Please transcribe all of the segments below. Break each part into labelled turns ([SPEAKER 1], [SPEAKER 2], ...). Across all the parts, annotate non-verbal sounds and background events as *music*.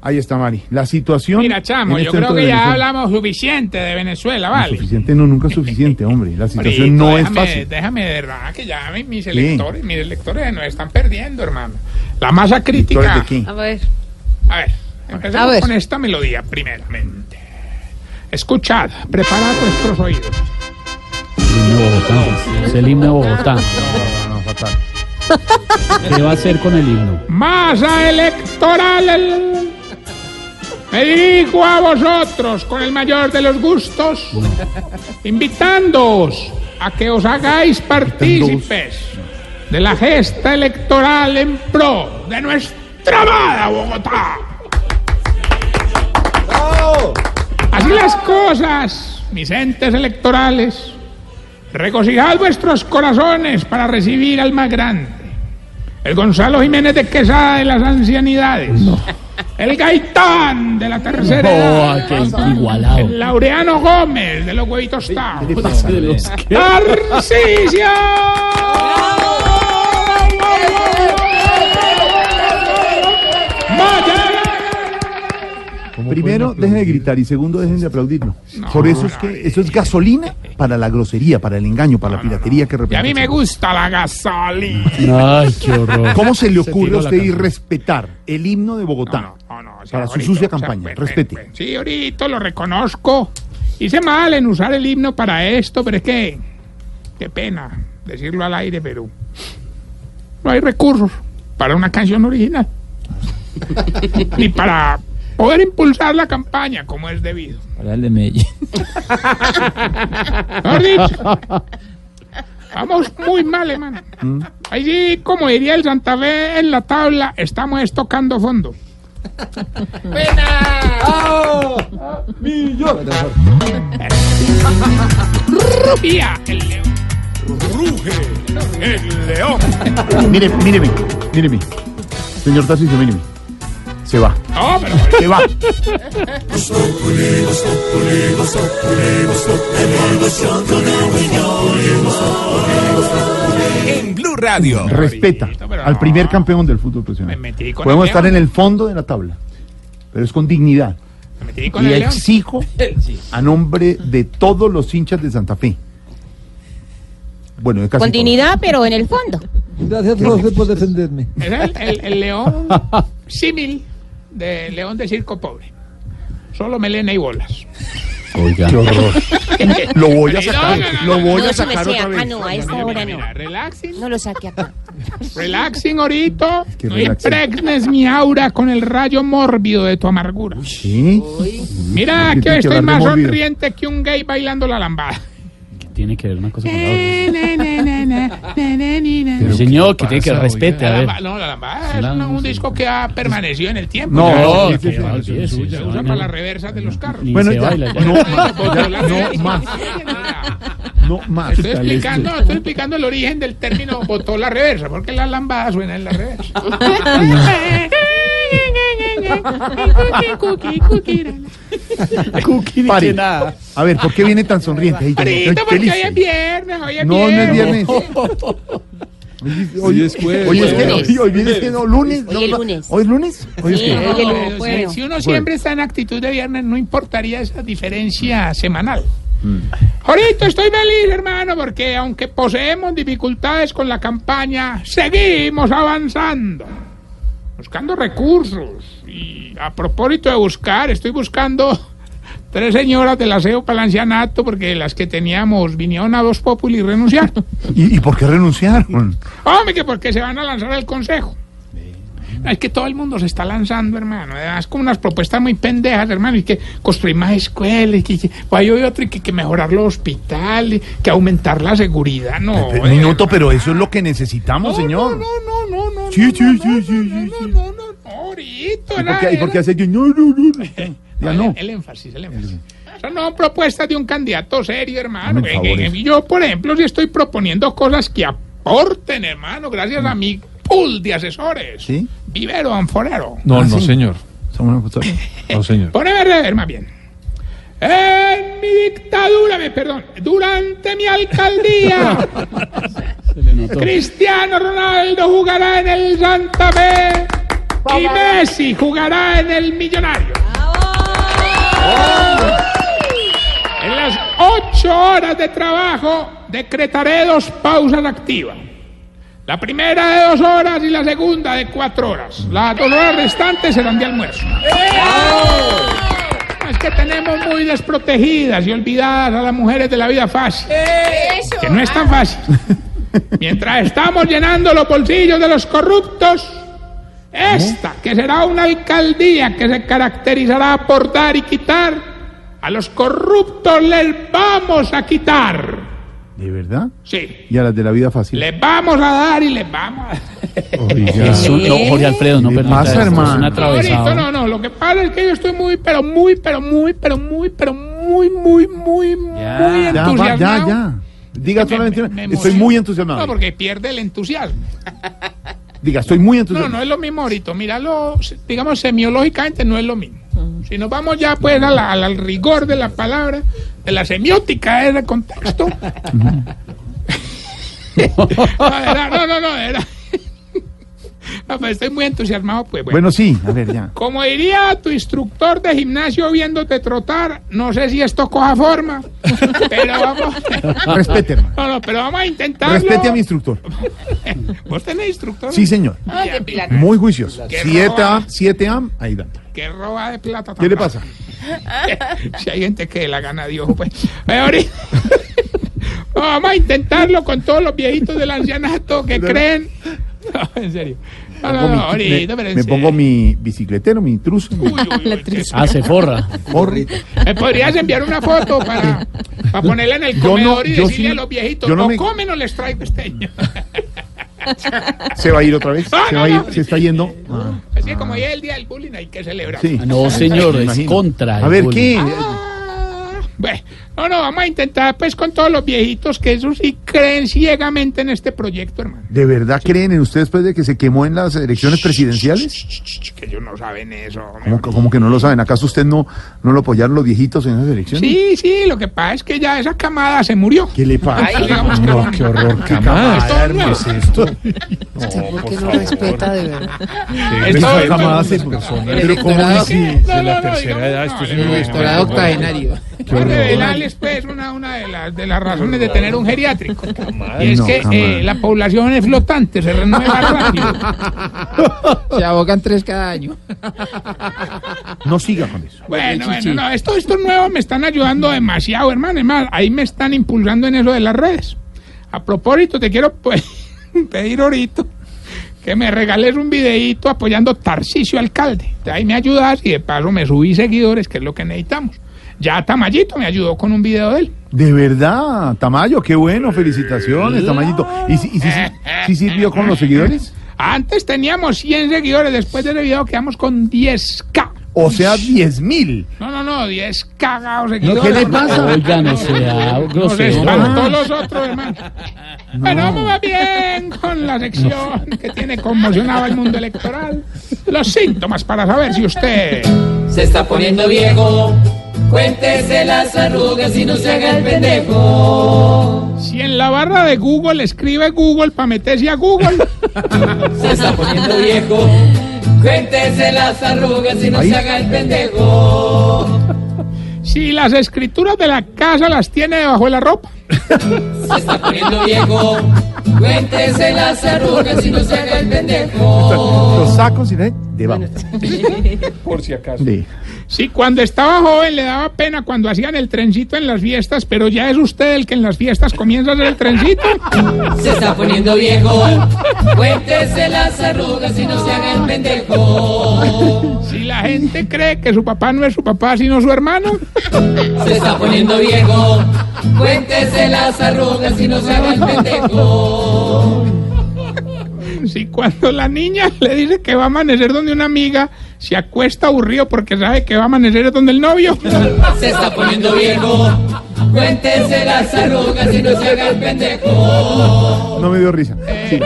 [SPEAKER 1] Ahí está, Mari. La situación.
[SPEAKER 2] Mira, chamo,
[SPEAKER 1] en el
[SPEAKER 2] yo
[SPEAKER 1] centro
[SPEAKER 2] creo
[SPEAKER 1] de
[SPEAKER 2] que ya
[SPEAKER 1] Venezuela-
[SPEAKER 2] hablamos suficiente de Venezuela,
[SPEAKER 1] No,
[SPEAKER 2] ¿vale?
[SPEAKER 1] Suficiente, no, nunca es suficiente, hombre. La situación
[SPEAKER 2] Brito,
[SPEAKER 1] no es
[SPEAKER 2] déjame-
[SPEAKER 1] fácil.
[SPEAKER 2] Déjame de verdad que ya mi- mis electores, mis electores se nos están perdiendo, hermano. La masa
[SPEAKER 1] ¿Electores
[SPEAKER 2] crítica.
[SPEAKER 1] de quién?
[SPEAKER 3] A ver.
[SPEAKER 2] A ver, empecemos
[SPEAKER 3] A ver.
[SPEAKER 2] con esta melodía primeramente. Escuchad, preparad vuestros oídos.
[SPEAKER 4] himno de Bogotá. Es el himno de Bogotá.
[SPEAKER 1] No, no, fatal.
[SPEAKER 4] ¿Qué va a hacer con el himno?
[SPEAKER 2] Masa electoral. el- Me dirijo a vosotros con el mayor de los gustos, invitándoos a que os hagáis partícipes de la gesta electoral en pro de nuestra amada Bogotá. Así las cosas, mis entes electorales. Regocijad vuestros corazones para recibir al más grande. El Gonzalo Jiménez de Quesada de las ancianidades. El Gaitán de la tercera edad.
[SPEAKER 4] igualado!
[SPEAKER 2] El Laureano Gómez de los huevitos taos.
[SPEAKER 1] ¿Qué le pasa?
[SPEAKER 2] ¡Tarcicia!
[SPEAKER 1] Primero, dejen de gritar y segundo, dejen de aplaudirlo. Por eso es que eso es gasolina para la grosería, para el engaño, para la piratería que
[SPEAKER 2] Y
[SPEAKER 1] representa.
[SPEAKER 2] a mí me gusta la gasolina.
[SPEAKER 4] ¡Ay, qué horror!
[SPEAKER 1] ¿Cómo se le ocurre a
[SPEAKER 4] tiró la
[SPEAKER 1] usted
[SPEAKER 4] canción.
[SPEAKER 1] irrespetar el himno de Bogotá?
[SPEAKER 2] No, no, no, o sea,
[SPEAKER 1] para su
[SPEAKER 2] ahorita,
[SPEAKER 1] sucia
[SPEAKER 2] o sea,
[SPEAKER 1] campaña.
[SPEAKER 2] pues,
[SPEAKER 1] Respete.
[SPEAKER 2] pues, pues, sí, ahorita lo reconozco. Hice mal en usar el himno para esto, pero es que. Qué pena decirlo al aire, pero. No hay recursos para una canción original. *laughs* Ni para poder impulsar la campaña como es debido.
[SPEAKER 5] Para el de Medellín.
[SPEAKER 2] Mejor dicho, *laughs* Vamos muy mal, hermano. Ahí sí, como diría el Santa Fe en la tabla, estamos es tocando fondo. Rubia el león. Ruge el león.
[SPEAKER 1] Mire, míreme, míreme. Señor Tarcisio, míreme. Se va,
[SPEAKER 2] No, pero.
[SPEAKER 1] se va.
[SPEAKER 6] En Blue Radio.
[SPEAKER 1] Respeta
[SPEAKER 2] pero
[SPEAKER 1] al
[SPEAKER 2] no.
[SPEAKER 1] primer campeón del fútbol profesional.
[SPEAKER 2] Me metí con
[SPEAKER 1] Podemos
[SPEAKER 2] el
[SPEAKER 1] estar
[SPEAKER 2] león.
[SPEAKER 1] en el fondo de la tabla, pero es con dignidad.
[SPEAKER 2] Me metí con
[SPEAKER 1] Y
[SPEAKER 2] el león.
[SPEAKER 1] exijo a nombre de todos los hinchas de Santa Fe. Bueno, de casi
[SPEAKER 3] Con
[SPEAKER 1] todos. *laughs*
[SPEAKER 3] dignidad, pero en el fondo.
[SPEAKER 7] Gracias, profe, por defenderme.
[SPEAKER 2] Es el, el- el león símil de león de circo pobre. Solo melena y bolas.
[SPEAKER 1] Qué horror. Lo voy a
[SPEAKER 2] No,
[SPEAKER 1] sacar,
[SPEAKER 2] no, no,
[SPEAKER 1] lo
[SPEAKER 2] no,
[SPEAKER 1] voy
[SPEAKER 3] no,
[SPEAKER 1] a
[SPEAKER 3] eso me
[SPEAKER 1] sacar
[SPEAKER 3] sea.
[SPEAKER 1] otra
[SPEAKER 3] Ah,
[SPEAKER 1] vez.
[SPEAKER 3] no, a esa hora no.
[SPEAKER 2] Mira, relaxing.
[SPEAKER 3] No lo
[SPEAKER 5] *laughs*
[SPEAKER 3] saque acá.
[SPEAKER 2] Relaxing ahorita.
[SPEAKER 1] que
[SPEAKER 2] No
[SPEAKER 1] relaxing.
[SPEAKER 2] impregnes mi aura con el rayo mórbido de tu amargura.
[SPEAKER 1] Sí.
[SPEAKER 2] Mira
[SPEAKER 1] ¿Por qué
[SPEAKER 2] que
[SPEAKER 1] tiene
[SPEAKER 2] hoy
[SPEAKER 1] que
[SPEAKER 2] estoy
[SPEAKER 1] hablar de
[SPEAKER 2] más
[SPEAKER 1] mórbido?
[SPEAKER 2] sonriente que un gay bailando la
[SPEAKER 3] *laughs*
[SPEAKER 2] lambada.
[SPEAKER 4] Tiene que ver una cosa con la otra.
[SPEAKER 2] Eh. La
[SPEAKER 4] Pero señor, que tiene que
[SPEAKER 5] pasa,
[SPEAKER 4] respete, a ver.
[SPEAKER 2] lamba- No, la lambada es
[SPEAKER 4] La-
[SPEAKER 2] una- un disco que ha permanecido en el tiempo.
[SPEAKER 1] No,
[SPEAKER 2] Ya
[SPEAKER 1] no, sí,
[SPEAKER 4] que
[SPEAKER 1] sí,
[SPEAKER 4] va,
[SPEAKER 1] sí,
[SPEAKER 4] olvídese,
[SPEAKER 1] sí,
[SPEAKER 4] esa
[SPEAKER 2] Se usa
[SPEAKER 4] vaina
[SPEAKER 2] para las reversas de los carros. *laughs*
[SPEAKER 4] ni *laughs*
[SPEAKER 1] Bueno,
[SPEAKER 4] se
[SPEAKER 1] ya,
[SPEAKER 4] baila, ya.
[SPEAKER 1] no más,
[SPEAKER 2] Botó
[SPEAKER 1] ya,
[SPEAKER 2] la
[SPEAKER 1] no
[SPEAKER 2] reversa. *laughs*
[SPEAKER 1] más, no más.
[SPEAKER 2] Estoy explicando, estoy explicando el origen del término botó la reversa, porque la lambada suena en la reversa.
[SPEAKER 1] Pare. A ver, ¿por qué viene tan sonriente? Ay, yo-
[SPEAKER 2] Ahorita,
[SPEAKER 1] yo-
[SPEAKER 2] porque
[SPEAKER 1] feliz.
[SPEAKER 2] hoy es viernes, hoy es
[SPEAKER 1] No, no es
[SPEAKER 2] viernes.
[SPEAKER 1] viernes.
[SPEAKER 2] *laughs*
[SPEAKER 1] Hoy es jueves. Hoy es que
[SPEAKER 3] Lunes.
[SPEAKER 1] hoy- hoy viene siendo lunes.
[SPEAKER 3] Hoy es lunes.
[SPEAKER 1] ¿Hoy es lunes? Hoy es
[SPEAKER 3] Sí,
[SPEAKER 1] que.
[SPEAKER 3] hoy es
[SPEAKER 2] Pero
[SPEAKER 3] lunes. Bueno.
[SPEAKER 2] si, si uno siempre está en actitud de viernes, no importaría esa diferencia semanal. Jorito, estoy feliz, hermano, porque aunque poseemos dificultades con la campaña, seguimos avanzando, buscando recursos. Y a propósito de buscar, estoy buscando *laughs* tres señoras del aseo para el ancianato, porque las que teníamos vinieron a dos Populi y renunciaron.
[SPEAKER 1] ¿Y, y por qué renunciaron?
[SPEAKER 2] Hombre, que porque se van a lanzar al consejo. Es que todo el mundo se está lanzando, hermano. Es como unas propuestas muy pendejas, hermano. Y que construir más escuelas, que, que pues hay otro, y que, que mejorar los hospitales, que aumentar la seguridad. No,
[SPEAKER 1] Pe-
[SPEAKER 2] eh,
[SPEAKER 1] Minuto, pero eso es lo que necesitamos,
[SPEAKER 2] no,
[SPEAKER 1] señor.
[SPEAKER 2] No, no, no, no, no.
[SPEAKER 1] Sí,
[SPEAKER 2] no,
[SPEAKER 1] sí,
[SPEAKER 2] no,
[SPEAKER 1] sí,
[SPEAKER 2] no,
[SPEAKER 1] sí,
[SPEAKER 2] no,
[SPEAKER 1] sí,
[SPEAKER 2] no,
[SPEAKER 1] sí.
[SPEAKER 2] no, no, no, ahorita,
[SPEAKER 1] ¿Y por
[SPEAKER 2] era-
[SPEAKER 1] qué, y por qué hace yo? No, no, no, no. Ya
[SPEAKER 2] el,
[SPEAKER 1] no.
[SPEAKER 2] el énfasis, el énfasis. Son no son propuestas de un candidato serio, hermano.
[SPEAKER 1] Dame
[SPEAKER 2] Que-
[SPEAKER 1] favores.
[SPEAKER 2] que- que yo, por ejemplo, si estoy proponiendo cosas que aporten, hermano, gracias a mi pool de asesores.
[SPEAKER 1] Mm. ¿Sí?
[SPEAKER 2] Vivero, anforero.
[SPEAKER 1] Ah,
[SPEAKER 5] No, no,
[SPEAKER 1] sí.
[SPEAKER 5] señor.
[SPEAKER 1] Somos una cosa-
[SPEAKER 5] No, señor.
[SPEAKER 2] Poneme rever, más bien. En mi dictadura, me- perdón, durante mi alcaldía,
[SPEAKER 4] *laughs* Se le notó.
[SPEAKER 2] Cristiano Ronaldo jugará en el Santa Fe Y Messi jugará en el Millonario. En las ocho horas de trabajo decretaré dos pausas activas. La primera de dos horas y la segunda de cuatro horas. Las dos horas restantes serán de almuerzo. Es que tenemos muy desprotegidas y olvidadas a las mujeres de la vida fácil. Que no es tan fácil.
[SPEAKER 1] *laughs*
[SPEAKER 2] Mientras estamos llenando los bolsillos de los corruptos, esta, que será una alcaldía que se caracterizará por dar y quitar, a los corruptos les vamos a quitar.
[SPEAKER 1] ¿De verdad?
[SPEAKER 2] Sí,
[SPEAKER 1] Y a las de la vida fácil.
[SPEAKER 2] les vamos a dar y les vamos a...
[SPEAKER 1] Oiga.
[SPEAKER 4] Es un- no, Jorge Alfredo, no
[SPEAKER 1] ¿Qué le
[SPEAKER 4] permita
[SPEAKER 1] pasa,
[SPEAKER 4] eso, Es un
[SPEAKER 1] hermano?
[SPEAKER 2] Ahorita,
[SPEAKER 4] atravesado.
[SPEAKER 2] no, no, lo que pasa es que yo estoy muy, pero muy, pero muy, pero muy, pero muy, muy, muy,
[SPEAKER 4] Ya.
[SPEAKER 2] muy
[SPEAKER 1] Ya, va, ya,
[SPEAKER 2] entusiasmado.
[SPEAKER 1] ya. Diga
[SPEAKER 2] Me-
[SPEAKER 1] solamente.
[SPEAKER 2] me- me
[SPEAKER 1] estoy
[SPEAKER 2] emociono.
[SPEAKER 1] muy entusiasmado.
[SPEAKER 2] No, porque pierde el entusiasmo.
[SPEAKER 1] Diga, estoy muy
[SPEAKER 2] No,
[SPEAKER 1] entusiasmado.
[SPEAKER 2] no es lo mismo ahorita. Míralo, se- digamos, semiológicamente no es lo mismo. Si nos vamos ya pues a la- al, al rigor de la palabra, de la semiótica de ese contexto. *laughs* no, de verdad, no, no, no, de verdad. *laughs* No, pues, estoy muy entusiasmado, pues bueno.
[SPEAKER 1] Bueno, sí, a ver,
[SPEAKER 2] *laughs*
[SPEAKER 1] ya.
[SPEAKER 2] Como diría tu instructor de gimnasio viéndote trotar, no sé si esto
[SPEAKER 1] *laughs*
[SPEAKER 2] coja forma, pero vamos, *laughs*
[SPEAKER 1] Respete, hermano.
[SPEAKER 2] no, no, pero vamos a intentarlo.
[SPEAKER 1] Respete a mi instructor.
[SPEAKER 2] ¿Vos tenés instructor?
[SPEAKER 1] Sí, señor.
[SPEAKER 3] Ay, de plata.
[SPEAKER 1] Muy juicioso.
[SPEAKER 2] Qué
[SPEAKER 1] 7A,
[SPEAKER 2] roba.
[SPEAKER 1] 7A, ahí da.
[SPEAKER 2] Qué roba de plata. tan
[SPEAKER 1] ¿Qué le
[SPEAKER 2] fácil.
[SPEAKER 1] pasa?
[SPEAKER 2] *laughs* si hay gente que la gana Dios, pues. Pero ahorita- *laughs* Vamos a intentarlo con todos los viejitos del ancianato que creen. *laughs* No, en serio. No, no,
[SPEAKER 1] Pongo mi-
[SPEAKER 2] no, Ah, ahorita,
[SPEAKER 1] me,
[SPEAKER 2] pero en
[SPEAKER 1] me
[SPEAKER 2] serio.
[SPEAKER 1] pongo mi bicicletero, mi intruso. mi
[SPEAKER 2] Uy, uy, uy, qué-
[SPEAKER 4] Hace Ah, forra.
[SPEAKER 1] gorrito.
[SPEAKER 2] ¿Me podrías enviar una foto para, para ponerla en el
[SPEAKER 1] Yo no,
[SPEAKER 2] comedor y
[SPEAKER 1] yo
[SPEAKER 2] decirle
[SPEAKER 1] sí,
[SPEAKER 2] a los viejitos,
[SPEAKER 1] yo no
[SPEAKER 2] no,
[SPEAKER 1] me-
[SPEAKER 2] comen o les traigo este esteño?
[SPEAKER 1] Se va a ir otra vez.
[SPEAKER 2] Ah,
[SPEAKER 1] Se
[SPEAKER 2] no,
[SPEAKER 1] va a ir,
[SPEAKER 2] no.
[SPEAKER 1] se está yendo. Ah,
[SPEAKER 2] *laughs* Así que como ya es el día del bullying, hay que celebrar.
[SPEAKER 1] sí.
[SPEAKER 4] Ah, No, señor,
[SPEAKER 1] Me
[SPEAKER 4] es
[SPEAKER 1] imagino.
[SPEAKER 4] contra. el
[SPEAKER 1] A ver,
[SPEAKER 4] bullying.
[SPEAKER 1] ¿qué?
[SPEAKER 2] Ah, *laughs* Bueno, no, no, vamos a intentar pues con todos los viejitos que eso sí creen ciegamente en este proyecto, hermano.
[SPEAKER 1] ¿De verdad creen en ustedes después de que se quemó en las elecciones presidenciales?
[SPEAKER 2] Que ellos no saben eso. hombre.
[SPEAKER 1] ¿Cómo, que- cómo que no lo saben? ¿Acaso usted no, no lo apoyaron los viejitos en esas elecciones?
[SPEAKER 2] Sí, sí, lo que pasa es que ya esa camada se murió.
[SPEAKER 1] ¿Qué le pasa?
[SPEAKER 2] Ay, digamos que No, no. qué
[SPEAKER 1] horror,
[SPEAKER 2] Esto es nuevo. *laughs*
[SPEAKER 5] Porque no respeta de verdad.
[SPEAKER 2] Esto-
[SPEAKER 1] Esa
[SPEAKER 2] esto-
[SPEAKER 1] camada se- Pero ¿cómo así?
[SPEAKER 2] No, no, no, digamos, no, no, no, no,
[SPEAKER 5] Doctorado octogenario.
[SPEAKER 2] Voy a revelarles, pues, una, una de, las, de las razones de tener un geriátrico. Y es
[SPEAKER 1] No,
[SPEAKER 2] que
[SPEAKER 1] jamás.
[SPEAKER 2] eh, la población es flotante,
[SPEAKER 1] *laughs*
[SPEAKER 2] se renueva rápido.
[SPEAKER 5] Se abocan tres cada año.
[SPEAKER 1] No siga con eso.
[SPEAKER 2] Bueno, bueno, no, esto, estos nuevos me están ayudando demasiado, hermano. Es más, ahí me están impulsando en eso de las redes. A propósito, te quiero pues, *laughs* pedir ahorita que me regales un videíto apoyando Tarcisio Alcalde. De ahí me ayudas y de paso me subí seguidores, que es lo que necesitamos. Ya Tamayito me ayudó con un video de él.
[SPEAKER 1] De verdad, Tamayo, qué bueno, felicitaciones, Tamayito. ¿Y, si- y si- si- si sirvió con los seguidores?
[SPEAKER 2] Antes teníamos 100 seguidores, después de ese video quedamos con 10k.
[SPEAKER 1] O sea, 10 mil.
[SPEAKER 2] No, no, no, 10 cagados seguidores.
[SPEAKER 1] ¿qué le pasa?
[SPEAKER 4] Oiga, no sea
[SPEAKER 2] Nos
[SPEAKER 4] grosero.
[SPEAKER 2] espantó los otros, hermano. Bueno, vamos más bien con la sección que tiene conmocionado al mundo electoral. Los síntomas para saber si usted...
[SPEAKER 6] Se está poniendo viejo. Cuéntese las arrugas y no se haga el pendejo.
[SPEAKER 2] Si en la barra de Google escribe Google para meterse a Google.
[SPEAKER 6] Se está poniendo viejo. Cuéntese las arrugas y no se haga el pendejo.
[SPEAKER 2] Si las escrituras de la casa las tiene debajo de la ropa.
[SPEAKER 6] Se está poniendo viejo. Cuéntese las arrugas y no se haga el pendejo.
[SPEAKER 1] Los sacos y de debajo. *laughs* Por si acaso.
[SPEAKER 2] Si cuando estaba joven le daba pena cuando hacían el trencito en las fiestas, pero ya es usted el que en las fiestas comienza a hacer el trencito.
[SPEAKER 6] Se está poniendo viejo. Cuéntese las arrugas y no se haga el pendejo.
[SPEAKER 2] Si la gente cree que su papá no es su papá, sino su hermano.
[SPEAKER 6] Se está poniendo viejo. Cuéntese las arrugas y no se haga el pendejo.
[SPEAKER 2] Si cuando la niña le dice que va a amanecer donde una amiga, se acuesta aburrido porque sabe que va a amanecer donde el novio.
[SPEAKER 6] Se está poniendo viejo. Cuéntese las arrugas y no se haga el pendejo.
[SPEAKER 1] No me dio risa. Sí.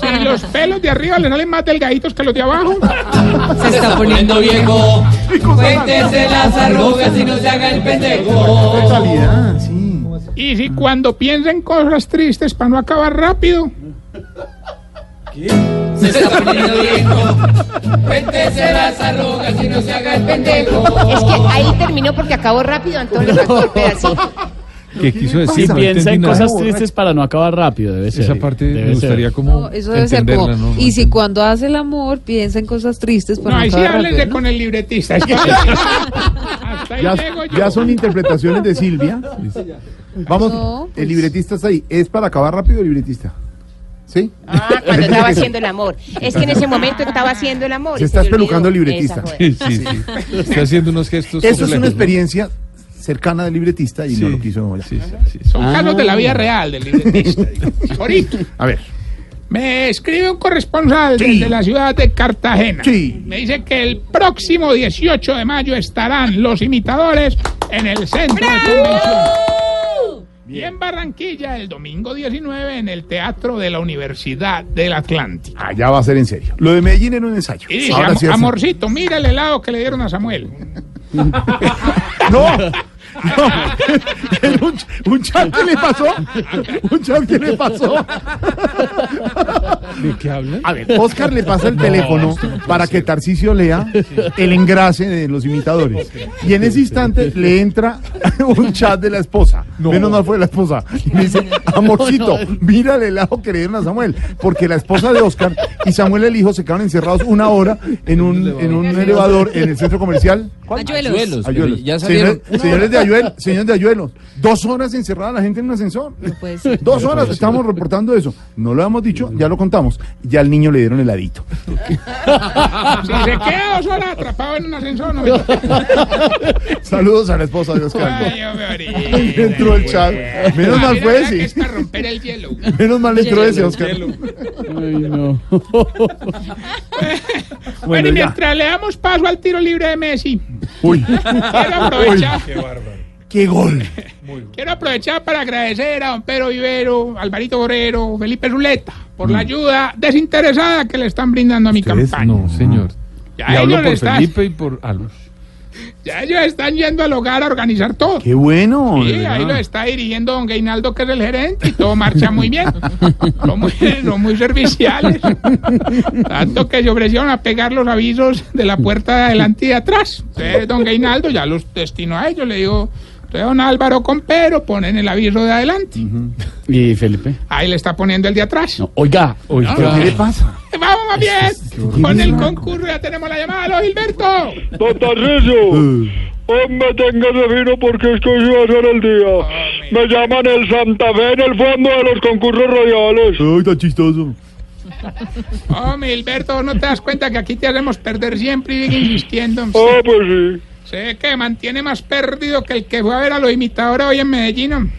[SPEAKER 2] Si los pelos de arriba le salen más delgaditos que los de abajo.
[SPEAKER 6] Se está poniendo viejo. Cuéntese las arrugas y no se haga el pendejo.
[SPEAKER 1] Totalidad, sí.
[SPEAKER 2] Y si cuando piensa en cosas tristes para no acabar rápido.
[SPEAKER 6] Se está poniendo viejo. Cuéntese las arrugas y no se haga el pendejo.
[SPEAKER 3] Es que ahí terminó porque acabó rápido, entonces le faltó el pedacito.
[SPEAKER 8] ¿Qué quiso
[SPEAKER 4] Sí,
[SPEAKER 8] decir? No
[SPEAKER 4] piensa en
[SPEAKER 8] entendí nada.
[SPEAKER 4] cosas tristes para no acabar rápido, debe ser.
[SPEAKER 8] Esa parte
[SPEAKER 4] Debe
[SPEAKER 8] me gustaría
[SPEAKER 4] ser.
[SPEAKER 8] como
[SPEAKER 5] No, eso debe ser
[SPEAKER 8] entenderla,
[SPEAKER 5] como.
[SPEAKER 8] ¿no? No
[SPEAKER 5] y si
[SPEAKER 8] entendí.
[SPEAKER 5] cuando hace el amor piensa en cosas tristes, pues
[SPEAKER 2] No, ahí sí
[SPEAKER 5] acaba
[SPEAKER 2] háblenle
[SPEAKER 5] rápido, ¿no?
[SPEAKER 2] con
[SPEAKER 5] *laughs*
[SPEAKER 2] el libretista. es que- Hasta ahí
[SPEAKER 1] Ya,
[SPEAKER 2] llego yo.
[SPEAKER 1] ya son interpretaciones de Silvia. Vamos,
[SPEAKER 5] No, pues.
[SPEAKER 1] el libretista está ahí. ¿Es para acabar rápido el libretista? ¿Sí?
[SPEAKER 3] Ah,
[SPEAKER 1] *laughs*
[SPEAKER 3] cuando estaba haciendo el amor. Es que en ese momento estaba haciendo el amor.
[SPEAKER 1] Se
[SPEAKER 3] y
[SPEAKER 1] está
[SPEAKER 3] le olvidó.
[SPEAKER 1] espelucando el libretista.
[SPEAKER 3] Esa fue.
[SPEAKER 8] Sí, sí, sí. Está haciendo unos gestos.
[SPEAKER 1] Eso es una
[SPEAKER 8] complejos, ¿no?
[SPEAKER 1] experiencia cercana del libretista y no
[SPEAKER 8] Sí.
[SPEAKER 1] lo quiso.
[SPEAKER 8] Sí, sí, sí.
[SPEAKER 2] Son casos de la vida real del libretista.
[SPEAKER 1] *laughs*
[SPEAKER 2] digamos. Jorito,
[SPEAKER 1] Ah, A ver.
[SPEAKER 2] me escribe un corresponsal
[SPEAKER 1] Sí.
[SPEAKER 2] desde la ciudad de Cartagena.
[SPEAKER 1] Sí.
[SPEAKER 2] Me dice que el próximo 18 de mayo estarán los imitadores en el centro de convenciones. Y en Barranquilla, el domingo 19, en el Teatro de la Universidad del Atlántico.
[SPEAKER 1] Ah, ya va a ser en serio. Lo de Medellín era un ensayo.
[SPEAKER 2] Y dice,
[SPEAKER 1] Ahora
[SPEAKER 2] "Am-
[SPEAKER 1] sí hace-
[SPEAKER 2] amorcito, mira el helado que le dieron
[SPEAKER 1] *laughs*
[SPEAKER 2] a Samuel.
[SPEAKER 1] ¡No! *laughs* no. Era un, ch- un chat que le pasó. Un chat que le pasó.
[SPEAKER 8] ¿De qué hablan?
[SPEAKER 1] A ver, Oscar le pasa el teléfono para que Tarcicio lea el engrase de los imitadores. Y en ese instante le entra *laughs* un chat de la esposa.
[SPEAKER 8] No.
[SPEAKER 1] Menos mal fue la esposa. Y me dice, amorcito, mira el helado que le dieron a Samuel. Porque la esposa de Oscar y Samuel el hijo se quedaron encerrados una hora en un, en un elevador en el centro comercial.
[SPEAKER 5] Ayuelos.
[SPEAKER 9] Ayuelos, pero
[SPEAKER 1] Ayuelos.
[SPEAKER 9] ya salieron.
[SPEAKER 1] Señores, señores de Ayuel, señores de Ayuelos, dos horas encerrada la gente en un ascensor.
[SPEAKER 5] puede ser.
[SPEAKER 1] Dos horas estamos reportando eso. No lo hemos dicho, ya lo contamos. Ya al niño le dieron heladito.
[SPEAKER 2] Si se queda dos horas atrapado en un ascensor, no me-
[SPEAKER 1] *laughs* Saludos a la esposa de
[SPEAKER 2] Ay,
[SPEAKER 1] Oscar.
[SPEAKER 2] hombre,
[SPEAKER 1] Ahí
[SPEAKER 2] ahorita.
[SPEAKER 1] entró el chat. Menos
[SPEAKER 2] Ah,
[SPEAKER 1] mal
[SPEAKER 2] mira,
[SPEAKER 1] fue
[SPEAKER 2] vea que
[SPEAKER 1] ese.
[SPEAKER 2] Es para romper el hielo.
[SPEAKER 1] Menos mal entró ese, Oscar.
[SPEAKER 4] Ay, no.
[SPEAKER 2] Bueno,
[SPEAKER 1] Bueno, ya.
[SPEAKER 2] y mientras le damos paso al tiro libre de Messi,
[SPEAKER 1] *laughs* Uy,
[SPEAKER 2] quiero aprovechar,
[SPEAKER 1] qué gol.
[SPEAKER 2] quiero aprovechar para agradecer a don Pedro Vivero, Alvarito Borrero, Felipe Zuleta por
[SPEAKER 1] Mm.
[SPEAKER 2] la ayuda desinteresada que le están brindando a mi campaña.
[SPEAKER 8] No, señor.
[SPEAKER 2] Ya,
[SPEAKER 8] Y hablo
[SPEAKER 2] ellos
[SPEAKER 8] por
[SPEAKER 2] están,
[SPEAKER 8] Felipe y por Alus.
[SPEAKER 2] ya ellos están yendo al hogar a organizar todo.
[SPEAKER 1] Qué bueno. de
[SPEAKER 2] Sí, ahí lo
[SPEAKER 1] verdad.
[SPEAKER 2] está dirigiendo don Gainaldo, que es el gerente, y todo marcha muy bien. Son muy, son muy serviciales. Tanto que se ofrecieron a pegar los avisos de la puerta de adelante y de atrás. Entonces, don Gainaldo ya los destinó a ellos. Le digo, entonces, don Álvaro con Pedro, ponen el aviso de adelante.
[SPEAKER 4] ¿Y Felipe?
[SPEAKER 2] Ahí le está poniendo el de atrás.
[SPEAKER 4] No, oiga, oiga.
[SPEAKER 1] ¿Pero qué le pasa?
[SPEAKER 2] Vamos más bien. Con el concurso ya tenemos la llamada. ¡Aló, Gilberto!
[SPEAKER 10] Don Tarcisio, hombre, tenga de vino porque es que hoy va a ser el día. Me llaman el Santa Fe en el fondo de los concursos royales.
[SPEAKER 1] Ay, tan chistoso.
[SPEAKER 2] Oh, mi Gilberto, ¿no te das cuenta que aquí te hacemos perder siempre y
[SPEAKER 10] *laughs*
[SPEAKER 2] sigue insistiendo?
[SPEAKER 10] Ah, pues sí.
[SPEAKER 2] Sé que mantiene más perdido que el que fue a ver a los imitadores hoy en
[SPEAKER 1] *laughs*
[SPEAKER 2] Medellín. hombre.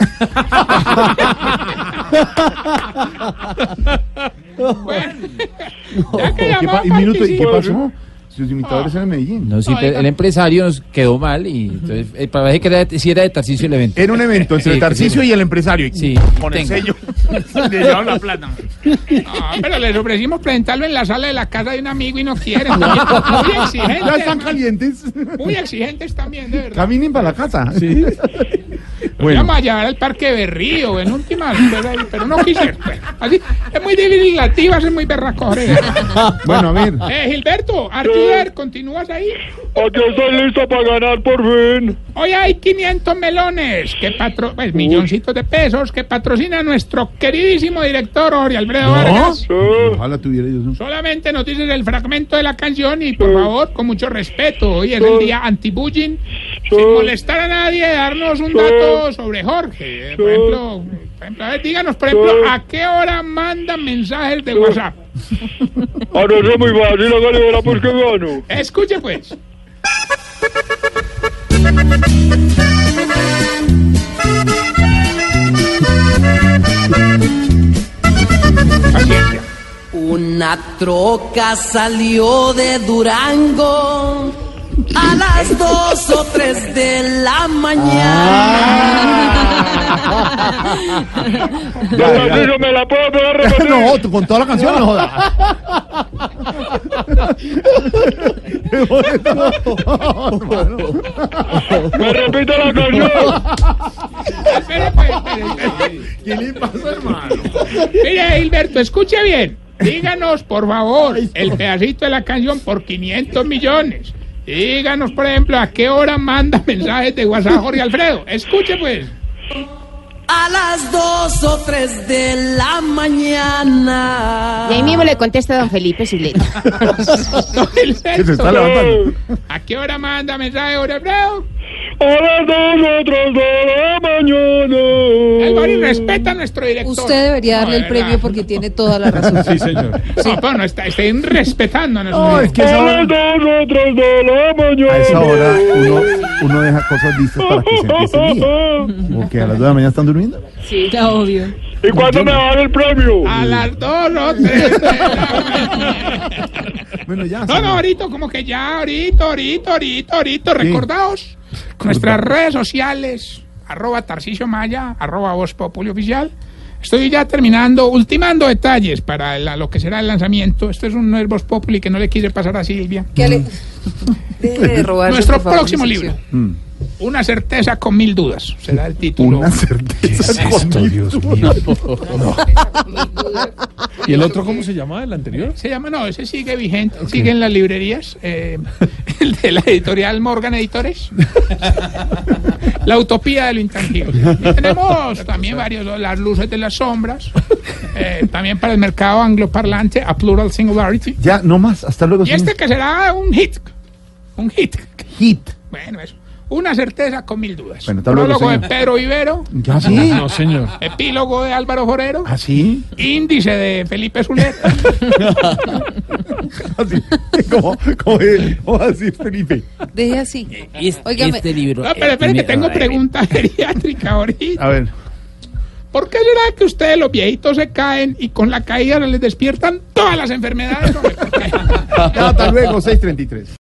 [SPEAKER 2] bueno, ya que
[SPEAKER 1] ¿Qué
[SPEAKER 2] llamó,
[SPEAKER 1] pa- y minuto, ¿y qué
[SPEAKER 2] participe.
[SPEAKER 1] pasó? Sus imitadores eran en Medellín.
[SPEAKER 9] No, sí, pero el empresario nos quedó mal y entonces eh, parece que era, si era de Tarcicio el evento.
[SPEAKER 1] Era un evento entre
[SPEAKER 9] Sí,
[SPEAKER 1] Tarcicio y el empresario.
[SPEAKER 9] Sí,
[SPEAKER 1] Con el
[SPEAKER 9] tenga. *laughs*
[SPEAKER 1] sello.
[SPEAKER 2] No, pero les ofrecimos presentarlo en la sala de la casa de un amigo y
[SPEAKER 1] *laughs*
[SPEAKER 2] no quieren. Muy, muy exigentes.
[SPEAKER 1] Ya están
[SPEAKER 2] hermano.
[SPEAKER 1] calientes. *laughs*
[SPEAKER 2] Muy exigentes también, de verdad.
[SPEAKER 1] Caminen para la casa. Bueno.
[SPEAKER 2] Vamos a llevar al Parque Berrío, en última, pero- pero no quise. Bueno, así, es muy difícil, la tiba es muy berraco.
[SPEAKER 1] *laughs* Bueno,
[SPEAKER 10] *laughs*
[SPEAKER 1] a ver.
[SPEAKER 2] Eh, Gilberto, Artier, ¿continúas ahí?
[SPEAKER 10] Aquí Pues estoy listo para ganar por fin.
[SPEAKER 2] Hoy hay 500 melones, que patro... pues, milloncitos de pesos, que patrocina nuestro queridísimo director Ori Alfredo Vargas.
[SPEAKER 1] Ojalá tuviera yo eso.
[SPEAKER 2] Solamente nos dices el fragmento de la canción y por favor, con mucho respeto, hoy es el día anti-bullying, sin molestar a nadie, darnos un dato sobre Jorge. Eh, Por ejemplo, por ejemplo, a ver, díganos, por ejemplo, ¿a qué hora mandan mensajes de WhatsApp?
[SPEAKER 10] Ah, no, eso es muy fácil, hágale verá pues que gano.
[SPEAKER 2] Escuche pues. Paciencia.
[SPEAKER 6] Una troca salió de Durango a las dos o tres de la
[SPEAKER 1] Ah.
[SPEAKER 6] mañana.
[SPEAKER 10] Ah.
[SPEAKER 1] *laughs*
[SPEAKER 10] Don Tarcisio, ¿me la puedo pegar repetir?
[SPEAKER 1] No, tú con toda la canción
[SPEAKER 10] *laughs*
[SPEAKER 1] no jodas. Qué bonito.
[SPEAKER 10] ¿Me repite la canción?
[SPEAKER 2] Espere, espere, espere, espere.
[SPEAKER 1] *laughs* ¿Qué le pasa, hermano?
[SPEAKER 2] Mire, Gilberto, escuche bien. Díganos, por favor, el pedacito de la canción por 500 millones. Díganos, por ejemplo, a qué hora manda mensajes de WhatsApp Jorge Alfredo. Escuche, pues.
[SPEAKER 6] A las dos o tres de la
[SPEAKER 5] Ah.
[SPEAKER 6] mañana.
[SPEAKER 3] Y ahí mismo le contesta don Felipe Zuleta.
[SPEAKER 2] Don
[SPEAKER 1] *laughs* Que se está
[SPEAKER 2] Elcesto,
[SPEAKER 1] levantando.
[SPEAKER 2] ¿A qué hora manda mensaje Jorge Alfredo?
[SPEAKER 10] A las dos o tres de la
[SPEAKER 2] Álvaro, y
[SPEAKER 10] mañana.
[SPEAKER 2] respeta a nuestro director.
[SPEAKER 5] *laughs* Usted debería darle
[SPEAKER 2] No,
[SPEAKER 5] el
[SPEAKER 2] de
[SPEAKER 5] premio
[SPEAKER 2] verdad.
[SPEAKER 5] porque tiene toda la
[SPEAKER 1] *laughs*
[SPEAKER 5] razón.
[SPEAKER 8] Sí, señor.
[SPEAKER 2] No, pero no está, está irrespetando a nuestro
[SPEAKER 1] No, es
[SPEAKER 2] director.
[SPEAKER 1] que esa
[SPEAKER 10] A las
[SPEAKER 1] hora-
[SPEAKER 10] dos o tres de la mañana.
[SPEAKER 1] a esa hora uno, uno deja cosas listas
[SPEAKER 10] *laughs*
[SPEAKER 1] para que se empiece el día. Porque a las 2 de la mañana están durmiendo.
[SPEAKER 5] La odio.
[SPEAKER 10] ¿Y cuándo me dan el premio?
[SPEAKER 2] A las dos o tres de la mañana.
[SPEAKER 1] Bueno, ya.
[SPEAKER 2] No, no,
[SPEAKER 1] señor.
[SPEAKER 2] ahorita, como que ya, ahorita, ahorita, ahorita, ahorita. Recordaos nuestras redes sociales, arroba Tarcicio Maya, arroba Voz Populi Oficial. Estoy ya terminando, ultimando detalles para la- lo que será el lanzamiento. Esto es un no es Voz Populi que no le quise pasar a Silvia.
[SPEAKER 5] Que ale- Deje de robarse,
[SPEAKER 2] Nuestro
[SPEAKER 5] por favor,
[SPEAKER 2] próximo
[SPEAKER 5] mi sección.
[SPEAKER 2] libro, Una certeza con mil dudas, será el título.
[SPEAKER 1] Una certeza.
[SPEAKER 8] Esto,
[SPEAKER 1] con-
[SPEAKER 8] Dios mío. ¿Y el otro cómo se llamaba, el anterior?
[SPEAKER 2] Se llama, no, ese sigue vigente, sigue en las librerías, eh, *laughs* el de la editorial Morgan
[SPEAKER 1] *laughs*
[SPEAKER 2] Editores. la utopía de lo intangible. Y tenemos también varios, ¿no? las luces de las sombras, eh, también para el mercado angloparlante, a plural singularity.
[SPEAKER 1] Ya, no más. Hasta luego.
[SPEAKER 2] Y
[SPEAKER 1] señor.
[SPEAKER 2] este que será un hit, un hit.
[SPEAKER 1] Hit.
[SPEAKER 2] Bueno, eso. Una certeza con mil dudas.
[SPEAKER 1] Bueno, hasta luego,
[SPEAKER 2] Prólogo de
[SPEAKER 1] señor.
[SPEAKER 2] Pedro Ibero,
[SPEAKER 1] Ya sí.
[SPEAKER 8] No, señor.
[SPEAKER 2] epílogo de Álvaro Forero,
[SPEAKER 1] Ah. Así.
[SPEAKER 2] índice de
[SPEAKER 1] *laughs*
[SPEAKER 2] Felipe Zuleta.
[SPEAKER 1] Así. *laughs* Como, como, eh, como así, Felipe.
[SPEAKER 5] Deje así. Óigame.
[SPEAKER 9] Este libro.
[SPEAKER 2] No, pero espere que
[SPEAKER 1] eh.
[SPEAKER 2] tengo pregunta geriátrica ahorita.
[SPEAKER 1] A ver.
[SPEAKER 2] ¿Por qué será que ustedes los viejitos se caen y con la caída les despiertan todas las enfermedades?
[SPEAKER 1] Ya, hasta luego. 6.33.